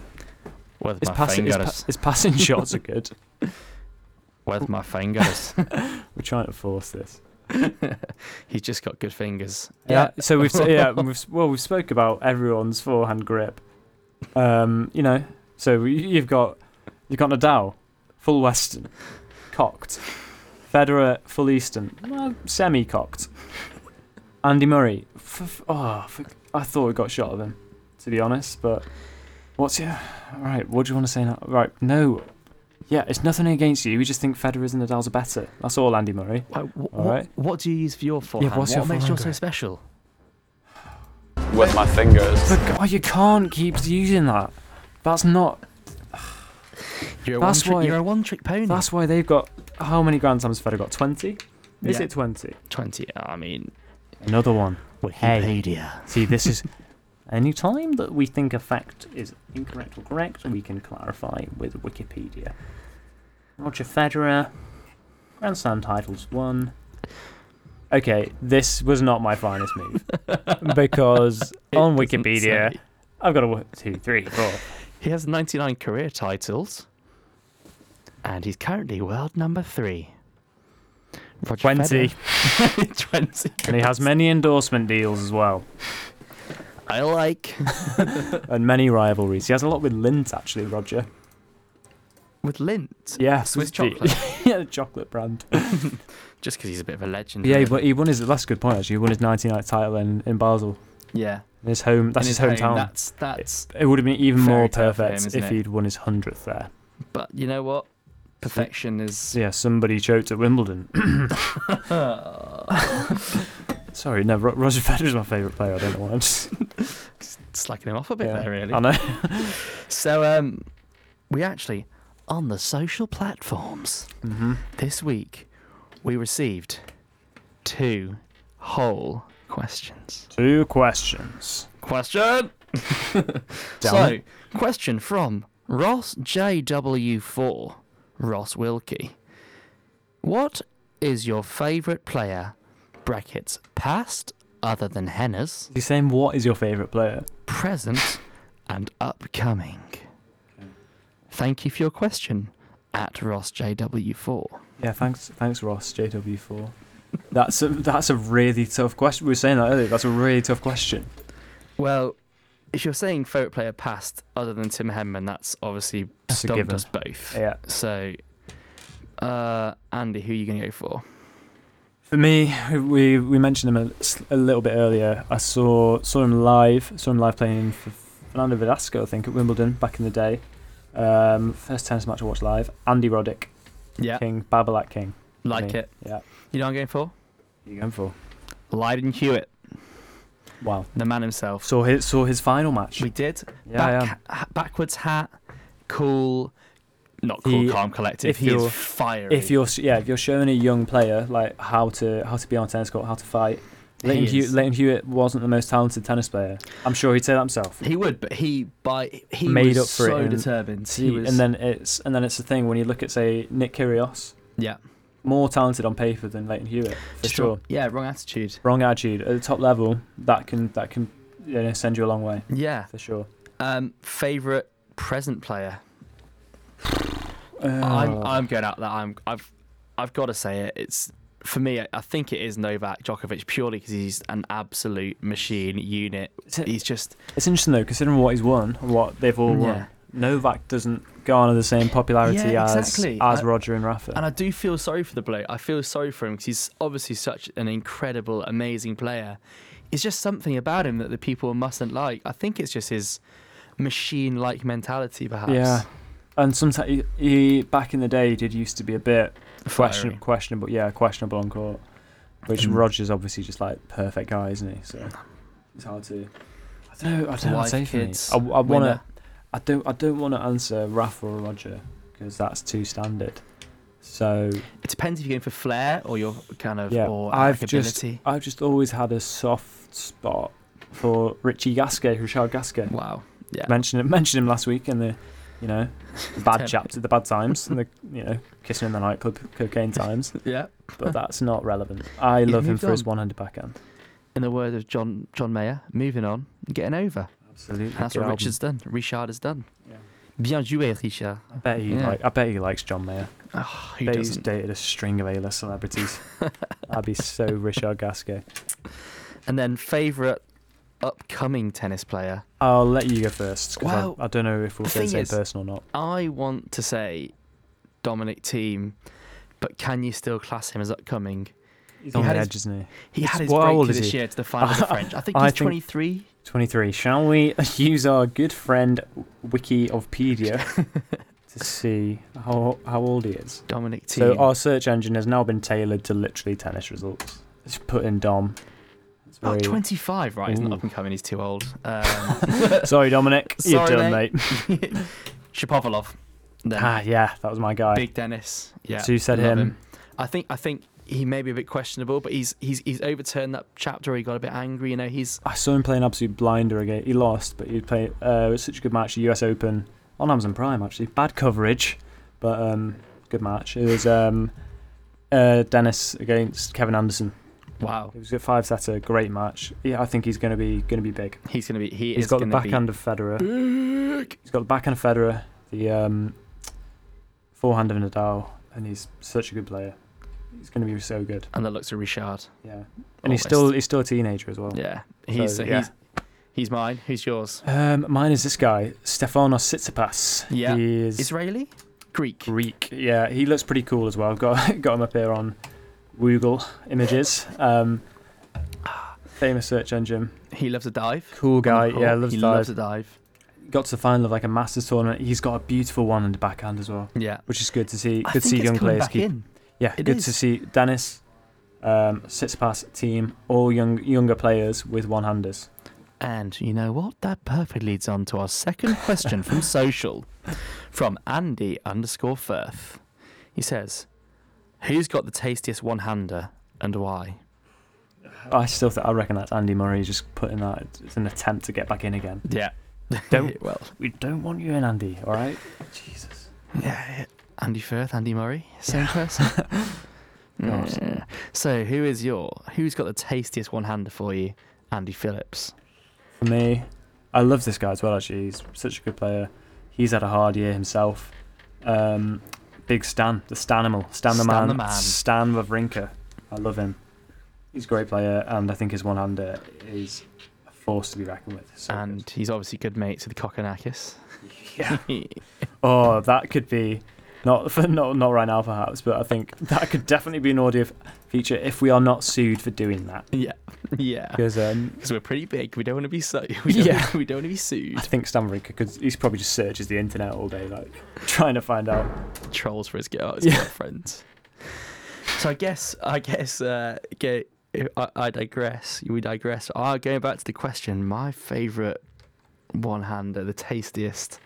S1: Where's
S2: His
S1: my
S2: passing, his,
S1: fingers?
S2: pa- his passing shots are good.
S1: Where's my fingers?
S2: We're trying to force this.
S1: He's just got good fingers.
S2: Yeah. So we've s- yeah we've s- well we've spoke about everyone's forehand grip. Um, you know, so y- you've got you've got Nadal, full Western, cocked. Federer, full Eastern, well, semi cocked. Andy Murray, f- f- oh, f- I thought we got shot of him, to be honest. But what's your all right? What do you want to say now? Right, no. Yeah, it's nothing against you. We just think Federer's and Nadal's are better. That's all, Andy Murray.
S1: Why- wh- what,
S2: Alright.
S1: what do you use for your forehand?
S2: what's
S1: what
S2: your
S1: makes yours
S2: forehand
S1: so
S2: grip?
S1: special?
S4: With my fingers.
S2: But God, you can't keep using that. That's not.
S1: You're a
S2: That's
S1: one-trick-
S2: why-
S1: You're a one-trick pony.
S2: That's why they've got how many Grand Slams have Federer got? Twenty. Is
S1: Yeah.
S2: it twenty?
S1: twenty. I mean,
S2: Another one. Hey.
S1: Wikipedia.
S2: See, this is any time that we think a fact is incorrect or correct, we can clarify with Wikipedia. Roger Federer, Grand Slam titles won. Okay, this was not my finest move because
S1: It
S2: on
S1: doesn't
S2: Wikipedia
S1: say.
S2: I've got a one, two, three, four.
S1: He has 99 career titles, and he's currently world number three. Roger
S2: 20.
S1: Federer. 20.
S2: And he has many endorsement deals as well,
S1: I like.
S2: and many rivalries. He has a lot with Lindt, actually, Roger.
S1: With Lint.
S2: Yeah,
S1: Swiss
S2: the-
S1: chocolate.
S2: yeah, the chocolate brand.
S1: Just because he's a bit of a legend.
S2: Yeah,
S1: really.
S2: but he won his. That's a good point. Actually, he won his 99th title in, in Basel,
S1: yeah.
S2: in his home. That's
S1: In
S2: his,
S1: home,
S2: hometown.
S1: That's that's.
S2: it would have been even
S1: very
S2: more
S1: tough for him,
S2: perfect
S1: isn't
S2: if
S1: it?
S2: he'd won his hundredth there.
S1: But you know what? Perfection is.
S2: So yeah, somebody choked at Wimbledon. Sorry, no. Ro- Roger Federer's my favourite player. I don't know why. I'm just,
S1: slacking him off a bit
S2: yeah.
S1: there, really.
S2: I know.
S1: So, um, we actually, on the social platforms this week, we received two whole questions.
S2: Two questions.
S1: Question!
S2: Damn
S1: so,
S2: it.
S1: question from Ross JW4, Ross Wilkie. What is your favourite player, brackets, past, other than Hennas,
S2: He's saying, "What is your favourite player?"
S1: present, and upcoming? Thank you for your question at RossJW4.
S2: Yeah, thanks, thanks, Ross. JW4. That's a that's a really tough question. We were saying that earlier. That's a really tough question.
S1: Well, if you're saying favourite player past other than Tim Henman, that's obviously
S2: That's a
S1: stumped
S2: given.
S1: us both.
S2: Yeah.
S1: So, uh, Andy, who are you going to go for?
S2: For me, we we mentioned him a, s- a little bit earlier. I saw saw him live, saw him live playing for Fernando Velasco, I think, at Wimbledon back in the day. Um, first tennis match I watched live. Andy Roddick,
S1: Yeah,
S2: King, Babolat King.
S1: like
S2: me.
S1: it.
S2: Yeah.
S1: You know what I'm going for?
S2: Who you going for?
S1: Lydon Hewitt,
S2: Wow.
S1: the man himself.
S2: Saw his saw his final match.
S1: We did.
S2: Yeah,
S1: Back, ha- backwards hat, cool, not cool,
S2: He-
S1: calm, collected.
S2: if
S1: he
S2: you're-
S1: is fiery.
S2: If you're s- yeah, if you're showing a young player like how to how to be on a tennis court, how to fight.
S1: He
S2: Leighton, Hew-
S1: is.
S2: Leighton Hewitt wasn't the most talented tennis player. I'm sure he'd say that himself.
S1: he would, but he by he
S2: Made
S1: was
S2: up for it
S1: so
S2: in-
S1: determined. He
S2: He-
S1: was,
S2: and then it's and then it's the thing when you look at say Nick Kyrgios,
S1: yeah,
S2: more talented on paper than Leighton Hewitt for
S1: just
S2: sure.
S1: wrong- yeah, wrong attitude.
S2: Wrong attitude at the top level that can that can you know, send you a long way
S1: Yeah.
S2: for sure.
S1: Um, favorite present player.
S2: Uh,
S1: I'm I'm going out that I'm I've I've got to say it. It's for me. I- I think it is Novak Djokovic purely because he's an absolute machine unit.
S2: Is it-
S1: He's just
S2: it's interesting though, considering what he's won, and what they've all
S1: Yeah.
S2: won. Novak doesn't garner the same popularity
S1: Yeah,
S2: as
S1: exactly.
S2: as
S1: I-
S2: Roger and Rafa.
S1: and I do feel sorry for the bloke. I feel sorry for him because he's obviously such an incredible, amazing player. It's just something about him that the people mustn't like. I think it's just his machine-like mentality, perhaps.
S2: yeah, and sometimes he, he back in the day he did used to be a bit question,
S1: Fiery.
S2: questionable. Yeah, questionable on court. Which
S1: Mm.
S2: Roger's obviously just like perfect guy, isn't he? So it's hard to. I don't know. I don't know. What
S1: Wise
S2: to say for me.
S1: kids,
S2: I, I want to.
S1: winner.
S2: I don't. I don't want to answer Rafa or Roger because that's too standard. So
S1: It depends if you're going for flair or your kind of
S2: yeah,
S1: or
S2: I've just.
S1: ability.
S2: I've just always had a soft spot for Richie Gasquet, Richard Gasquet.
S1: Wow. Yeah.
S2: Mentioned him. Mentioned him last week in the, you know, the bad
S1: Ten-
S2: chapter, the bad times, and the you know kissing in the nightclub, cocaine times.
S1: Yeah.
S2: But that's not relevant. I
S1: He's
S2: love him
S1: moved
S2: for his
S1: on.
S2: one-handed backhand.
S1: in the words of John John Mayer, moving on, and getting over.
S2: Absolutely.
S1: And that's what Richard's done. Richard has done.
S2: Yeah.
S1: Bien joué, Richard.
S2: I bet he
S1: Yeah.
S2: like. I bet he likes John Mayer.
S1: Oh,
S2: I
S1: who
S2: bet he's
S1: doesn't?
S2: dated a string of A-list celebrities. I'd be so Richard Gasquet.
S1: And then favourite upcoming tennis player.
S2: I'll let you go first because
S1: Well,
S2: I, I don't know if we'll
S1: the
S2: say the
S1: thing
S2: same
S1: is-
S2: person or not.
S1: I want to say Dominic Team, but can you still class him as upcoming?
S2: He's
S1: he
S2: on the
S1: had his-
S2: edge, isn't he?
S1: He
S2: It's-
S1: had his
S2: what- how old
S1: breakthrough
S2: is
S1: this
S2: he?
S1: year to the final of the French. I think
S2: I
S1: he's
S2: think-
S1: 23.
S2: Twenty-three. Shall we use our good friend Wikipedia to see how how old he is?
S1: Dominic Team.
S2: So our search engine has now been tailored to literally tennis results. Let's put in Dom. It's
S1: Oh,
S2: very-
S1: 25, right? He's not
S2: Ooh.
S1: up and coming. He's too old. Um,
S2: Sorry, Dominic. You're
S1: Sorry,
S2: done, mate.
S1: Shapovalov. Then
S2: Ah, yeah, that was my guy.
S1: Big Dennis. Yeah.
S2: So you said
S1: love
S2: him.
S1: I think I think he may be a bit questionable, but he's he's he's overturned that chapter where he got a bit angry. You know, he's
S2: I saw him play an absolute blinder again. He lost, but he played. Uh, it was such a good match. The US Open on Amazon Prime actually. Bad coverage, but um, good match. It was um, uh, Dennis against Kevin Anderson.
S1: wow.
S2: It was a five setter, great match. Yeah, I think he's going to be going to be big.
S1: He's gonna be he
S2: He's
S1: is
S2: got the
S1: gonna
S2: backhand of Federer.
S1: be big.
S2: He's got the backhand of Federer, the um, forehand of Nadal, and he's such a good player. He's going to be so good.
S1: and the looks of Richard.
S2: Yeah, and
S1: Almost.
S2: he's still he's still a teenager as well.
S1: Yeah, he's
S2: So, yeah.
S1: he's he's mine. Who's yours?
S2: Um, mine is this guy, Stefanos Tsitsipas.
S1: Yeah.
S2: He is
S1: Israeli, Greek.
S2: Greek. Yeah, he looks pretty cool as well. I've got got him up here on Google images. Um, famous search engine.
S1: He loves a dive.
S2: Cool guy.
S1: Cool.
S2: Yeah, loves
S1: he
S2: dive.
S1: loves a dive.
S2: got to the final of like a Masters tournament. He's got a beautiful one in the backhand as well,
S1: Yeah.
S2: which is good to see.
S1: I
S2: good to
S1: think
S2: see
S1: it's
S2: young
S1: coming
S2: players
S1: back
S2: keep.
S1: in.
S2: Yeah,
S1: It
S2: good
S1: is.
S2: to see Dennis, um, Tsitsipas team, all young younger players with one handers.
S1: And you know what? That perfectly leads on to our second question from social, from Andy underscore Firth. He says, "Who's got the tastiest one-hander and why?"
S2: I still think I reckon that's Andy Murray just putting that. It's an attempt to get back in again.
S1: Yeah.
S2: Don't-
S1: well.
S2: We don't want you in, Andy. All right. Jesus.
S1: Yeah. Andy Firth, Andy Murray, same person.
S2: God.
S1: Yeah. So who is your? Who's got the tastiest one-hander for you? Andy Phillips.
S2: For me, I love this guy as well. Actually, he's such a good player. He's had a hard year himself. Um, big Stan, the Stanimal, Stan the
S1: Stan
S2: man,
S1: the man.
S2: Stan Wawrinka. I love him. He's a great player, and I think his one-hander is a force to be reckoned with. So good.
S1: and he's obviously good mates with Kokonakis.
S2: yeah. Oh, that could be not for not not right now, perhaps, but I think that could definitely be an audio f- feature if we are not sued for doing that.
S1: yeah, yeah.
S2: Because um,
S1: Because we're pretty big, we don't want to be so. We don't,
S2: Yeah.
S1: we don't want to be
S2: I
S1: sued.
S2: think Stan Wawrinka, because he's probably just searches the internet all day, like trying to find out.
S1: Trolls for his girl, his
S2: Yeah.
S1: girlfriend. So I guess, I guess, uh, go- I, I digress. We digress. Ah, going back to the question, my favourite one-hander, the tastiest.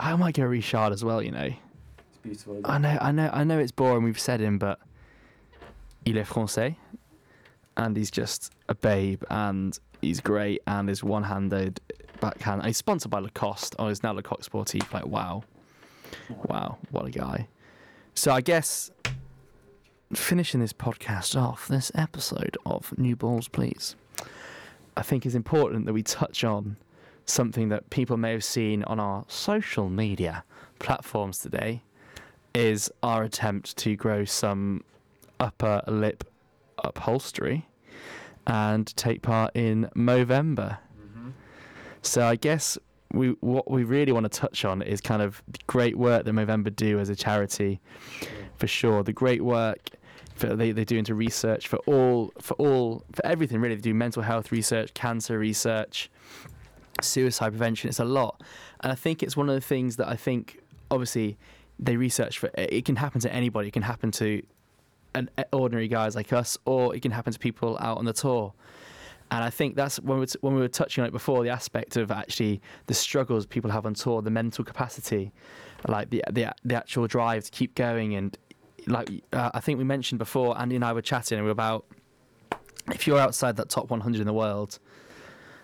S1: I might go Richard as well. You know,
S2: It's beautiful.
S1: I know, I know, I know. It's boring. We've said him, but il est français, and he's just a babe, and he's great, and his one-handed backhand. And he's sponsored by Lacoste. Oh, he's now Lacoste Sportif. Like, wow, wow, what a guy. So I guess finishing this podcast off, this episode of New Balls, please. I think it's important that we touch on something that people may have seen on our social media platforms today is our attempt to grow some upper lip upholstery and take part in Movember. So I guess we what we really want to touch on is kind of the great work that Movember do as a charity, for sure. The great work that they, they do into research for all for all for everything really. They do mental health research, cancer research, suicide prevention. It's a lot, and I think it's one of the things that I think obviously they research for. It it can happen to anybody. It can happen to an ordinary guys like us, or it can happen to people out on the tour. And I think that's when we, were t- when we were touching on it before the aspect of actually the struggles people have on tour, the mental capacity, like the the, the actual drive to keep going. And like uh, I think we mentioned before, Andy and I were chatting and we were about if you're outside that top 100 in the world,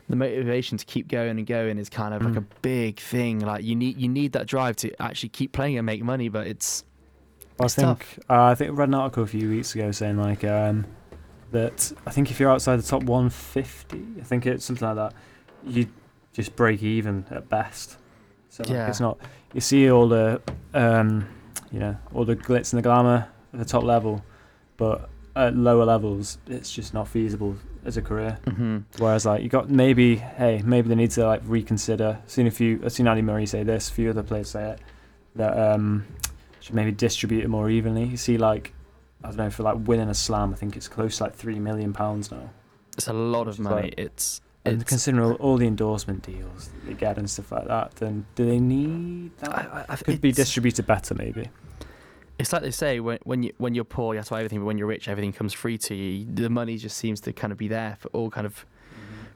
S1: the motivation to keep going and going is kind of like
S2: Mm.
S1: a big thing. Like you need you need that drive to actually keep playing and make money, but it's
S2: I
S1: It's
S2: think
S1: tough.
S2: uh, I think I read an article a few weeks ago saying like um, that I think if you're outside the top 150, I think it's something like that, you just break even at best. So like,
S1: Yeah.
S2: it's not you see all the um, you know all the glitz and the glamour at the top level, but at lower levels it's just not feasible as a career.
S1: mm-hmm.
S2: Whereas like you got maybe hey maybe they need to like reconsider. I've seen a few I've seen Andy Murray say this, a few other players say it that um should maybe distribute it more evenly. You see like I don't know for like winning a slam, I think it's close to like three million pounds now.
S1: it's a lot of
S2: It's
S1: money.
S2: like-
S1: It's
S2: And
S1: it's
S2: considering all, all the endorsement deals that they get and stuff like that, then do they need that?
S1: I- I- I-
S2: Could be
S1: it's-
S2: distributed better maybe.
S1: It's like they say when when you when you're poor, you have to have everything, but when you're rich, everything comes free to you. The money just seems to kind of be there for all kind of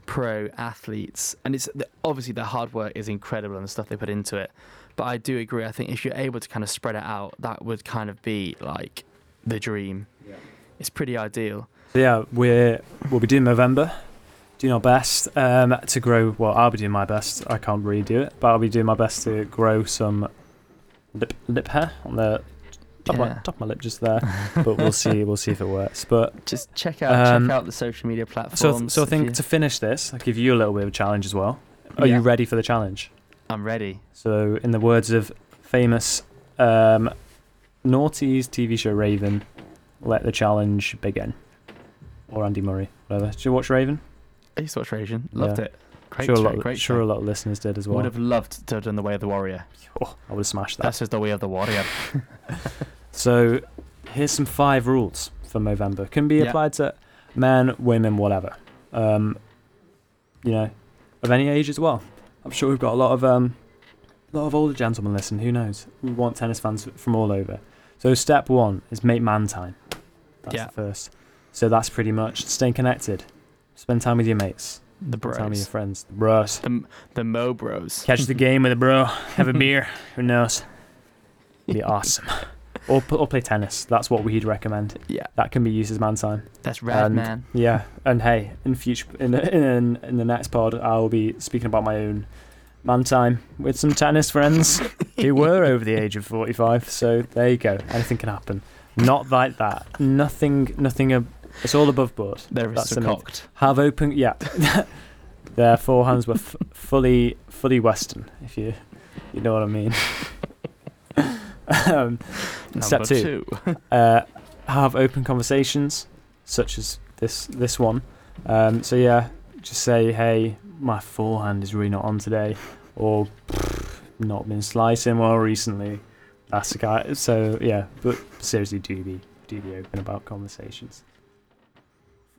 S1: pro athletes, and it's the- obviously their hard work is incredible and the stuff they put into it. But I do agree. I think if you're able to kind of spread it out, that would kind of be like the dream. It's pretty ideal.
S2: So yeah, we're we'll be doing November, doing our best um, to grow. Well, I'll be doing my best. I can't really do it, but I'll be doing my best to grow some lip lip hair on the top, of, my,
S1: Yeah.
S2: top of my lip just there. but we'll see. We'll see if it works. But
S1: Just check out
S2: Um,
S1: check out the social media platforms.
S2: so I- so I
S1: if
S2: think
S1: you-
S2: to finish this, I'll give you a little bit of a challenge as well. Are
S1: Yeah.
S2: you ready for the challenge?
S1: I'm ready.
S2: So, in the words of famous um, Naughty's TV show Raven, let the challenge begin. Or Andy Murray, whatever. Did you watch Raven?
S1: I used to watch Radiation. Loved
S2: Yeah.
S1: it. Great
S2: sure, a
S1: show.
S2: lot,
S1: great
S2: sure
S1: show.
S2: a lot of listeners did as
S1: Would
S2: well.
S1: have loved to have done the Way of the Warrior.
S2: Oh, I would have smashed that.
S1: That's just the Way of the Warrior.
S2: So, here's some five rules for Movember. Can be
S1: Yeah.
S2: applied to men, women, whatever. Um, you know, of any age as well. I'm sure we've got a lot of um, a lot of older gentlemen listen. Who knows? We want tennis fans from all over. So, step one is make man time. That's
S1: Yeah.
S2: the first. So that's pretty much staying connected. Spend time with your mates.
S1: The
S2: Spend time with your
S1: Bros.
S2: friends. Bros.
S1: The, the Mo Bros.
S2: Catch the game with a bro. Have a beer. Who knows? Be awesome. or, p- or play tennis. That's what we'd recommend.
S1: Yeah.
S2: That can be used as man time.
S1: That's rad,
S2: And-
S1: man.
S2: Yeah. And hey, in future, in, in in the next pod, I'll be speaking about my own man time with some tennis friends who were over the age of forty-five. So there you go. Anything can happen. Not like that. Nothing. Nothing. ab- It's all above board.
S1: Their wrists
S2: That's
S1: are
S2: amazing.
S1: cocked.
S2: Have open, yeah. Their forehands were f- fully, fully Western, if you, you know what I mean. um, Step
S1: Number
S2: two.
S1: two.
S2: uh, have open conversations, such as this this one. Um, so yeah, just say, hey, my forehand is really not on today, or "Pfft, not been slicing well recently. That's the guy. So yeah, but seriously, do be do be open about conversations.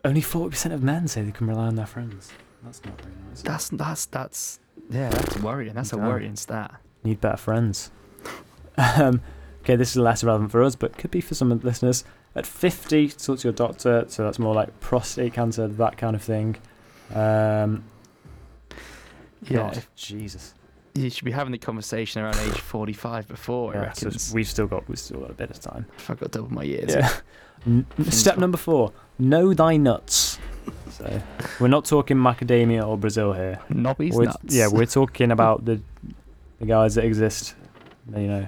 S2: Only forty percent of men say they can rely on their friends. That's not very nice.
S1: That's that's that's yeah, that's worrying. That's a
S2: Damn.
S1: worrying stat.
S2: Need better friends. Um, okay, this is less relevant for us, but could be for some of the listeners. At 50, talk to your doctor. So that's more like prostate cancer, that kind of thing. Um,
S1: Yeah,
S2: God,
S1: if-
S2: Jesus.
S1: you should be having the conversation around age 45 before. I
S2: Yeah, so
S1: reckon.
S2: it's- we've still got we've still got a bit of time.
S1: if I got double my years.
S2: Yeah. N- Step
S1: fine.
S2: number four: know thy nuts. So we're not talking macadamia or Brazil here.
S1: Nobby's
S2: We're-
S1: nuts.
S2: Yeah, we're talking about the the guys that exist, you know,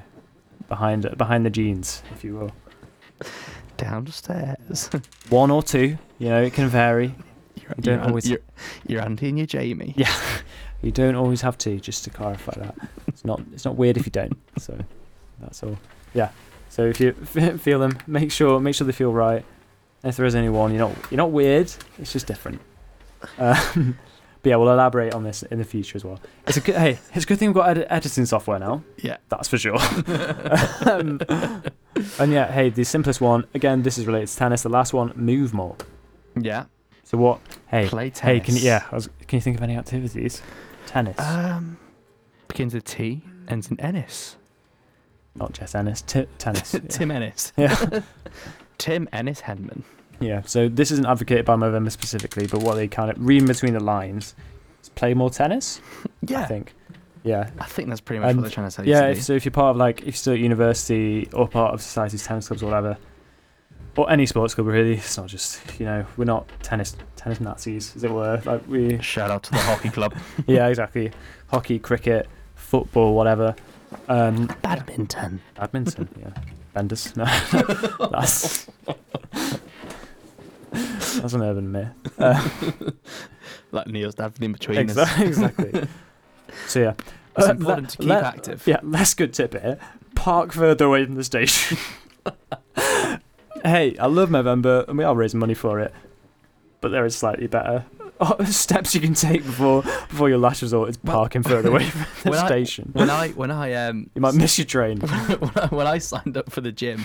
S2: behind behind the genes, if you will.
S1: downstairs.
S2: one or two. You know, it can vary.
S1: You're,
S2: You don't
S1: you're-
S2: always-
S1: You're, you're Andy and you're Jamie.
S2: Yeah. You don't always have to. Just to clarify that, it's not it's not weird if you don't. So that's all. Yeah. So if you f- feel them, make sure make sure they feel right. And if there is any one, you're not you're not weird. It's just different. Um, but yeah, we'll elaborate on this in the future as well. It's a good hey. It's a good thing we've got edit- editing software now.
S1: Yeah.
S2: that's for sure. um, and yeah, hey, the simplest one again. This is related to tennis. The last one, move more.
S1: Yeah.
S2: So what? Hey,
S1: Play
S2: Hey,
S1: tennis.
S2: can you, yeah, I was, can you think of any activities? Uh, Tennis,
S1: Um, begins with T, ends in Ennis.
S2: not chess, tennis, t- tennis.
S1: Tim Ennis.
S2: yeah,
S1: Tim Ennis Henman.
S2: yeah. So this isn't advocated by Movember specifically, but what they kind of read in between the lines is play more tennis.
S1: Yeah.
S2: I think. Yeah,
S1: I think that's pretty much
S2: And-
S1: what they're trying to say.
S2: yeah.
S1: to
S2: If,
S1: me.
S2: so if you're part of like, if you're still at university or part of society's tennis clubs or whatever, or any sports club really, it's not just you know we're not tennis tennis Nazis as it were. Like we
S1: Shout out to the hockey club.
S2: yeah exactly hockey, cricket, football, whatever. Um,
S1: Badminton.
S2: Badminton, yeah. Benders, no. that's, that's an urban myth. Uh,
S1: Like Neil's dad in between us.
S2: exactly. exactly. So, yeah.
S1: It's
S2: Uh,
S1: important to keep
S2: let-
S1: active.
S2: Yeah, less good tip here. Park further away from the station. hey, I love November and we are raising money for it, but there is slightly better oh, steps you can take before before your last resort is
S1: Well-
S2: parking further away from the
S1: When I-
S2: station.
S1: When I when I um
S2: you might miss your train.
S1: when, I, when I signed up for the gym,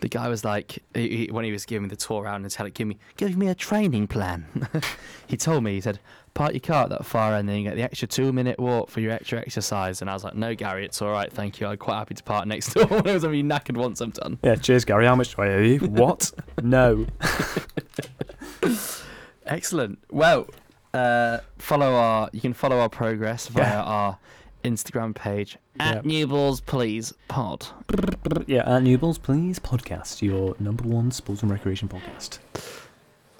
S1: the guy was like, he, he- when he was giving me the tour around and telling, give me, give me a training plan. he told me, he said, park your car at that far end, then you get the extra two minute walk for your extra exercise. And I was like, no, Gary, it's all right, thank you. I'm quite happy to park next door. I was only knackered once I'm done.
S2: Yeah, cheers, Gary. How much do I owe you? What? no.
S1: Excellent. Well, uh, follow our. You can follow our progress via
S2: Yeah.
S1: our Instagram page
S2: Yep.
S1: at New Balls Please Pod.
S2: yeah, uh, Newballs Please podcast, your number one sports and recreation podcast.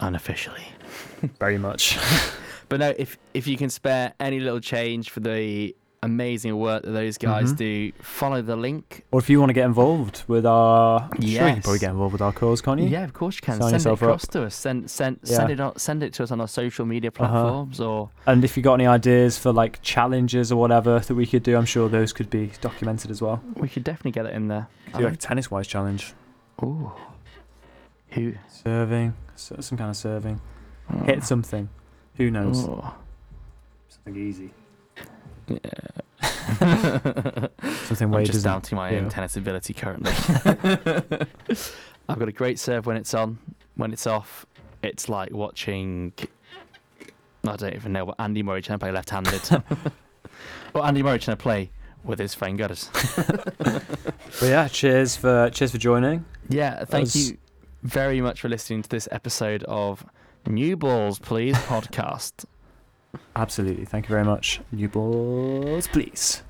S1: Unofficially.
S2: Very much.
S1: But no, if if you can spare any little change for the amazing work that those guys
S2: Mhm.
S1: do, follow the link.
S2: Or if you want to get involved with our, I'm sure you can
S1: Yes.
S2: probably get involved with our cause, can't you?
S1: Yeah, of course you can.
S2: Sign
S1: send it
S2: yourself
S1: across to us. Send send send
S2: Yeah.
S1: it on, send it to us on our social media
S2: Uh-huh.
S1: platforms or
S2: And if you got any ideas for like challenges or whatever that we could do, I'm sure those could be documented as well.
S1: we could definitely get it in there. I
S2: Do like a tennis wise challenge,
S1: reckon- Ooh. Who
S2: serving, s- some kind of serving, hit something. Who knows?
S1: Oh.
S2: Something easy.
S1: Yeah.
S2: Something way
S1: I'm just
S2: doesn't-
S1: doubting my
S2: yeah.
S1: own tennis ability currently. I've got a great serve when it's on. When it's off, it's like watching. I don't even know what Andy Murray trying to play left-handed, or Andy Murray trying to play with his friend Gutters.
S2: But yeah, cheers for cheers for joining.
S1: Yeah, thank
S2: was-
S1: you very much for listening to this episode of New Balls Please podcast.
S2: Absolutely, thank you very much. New balls, please.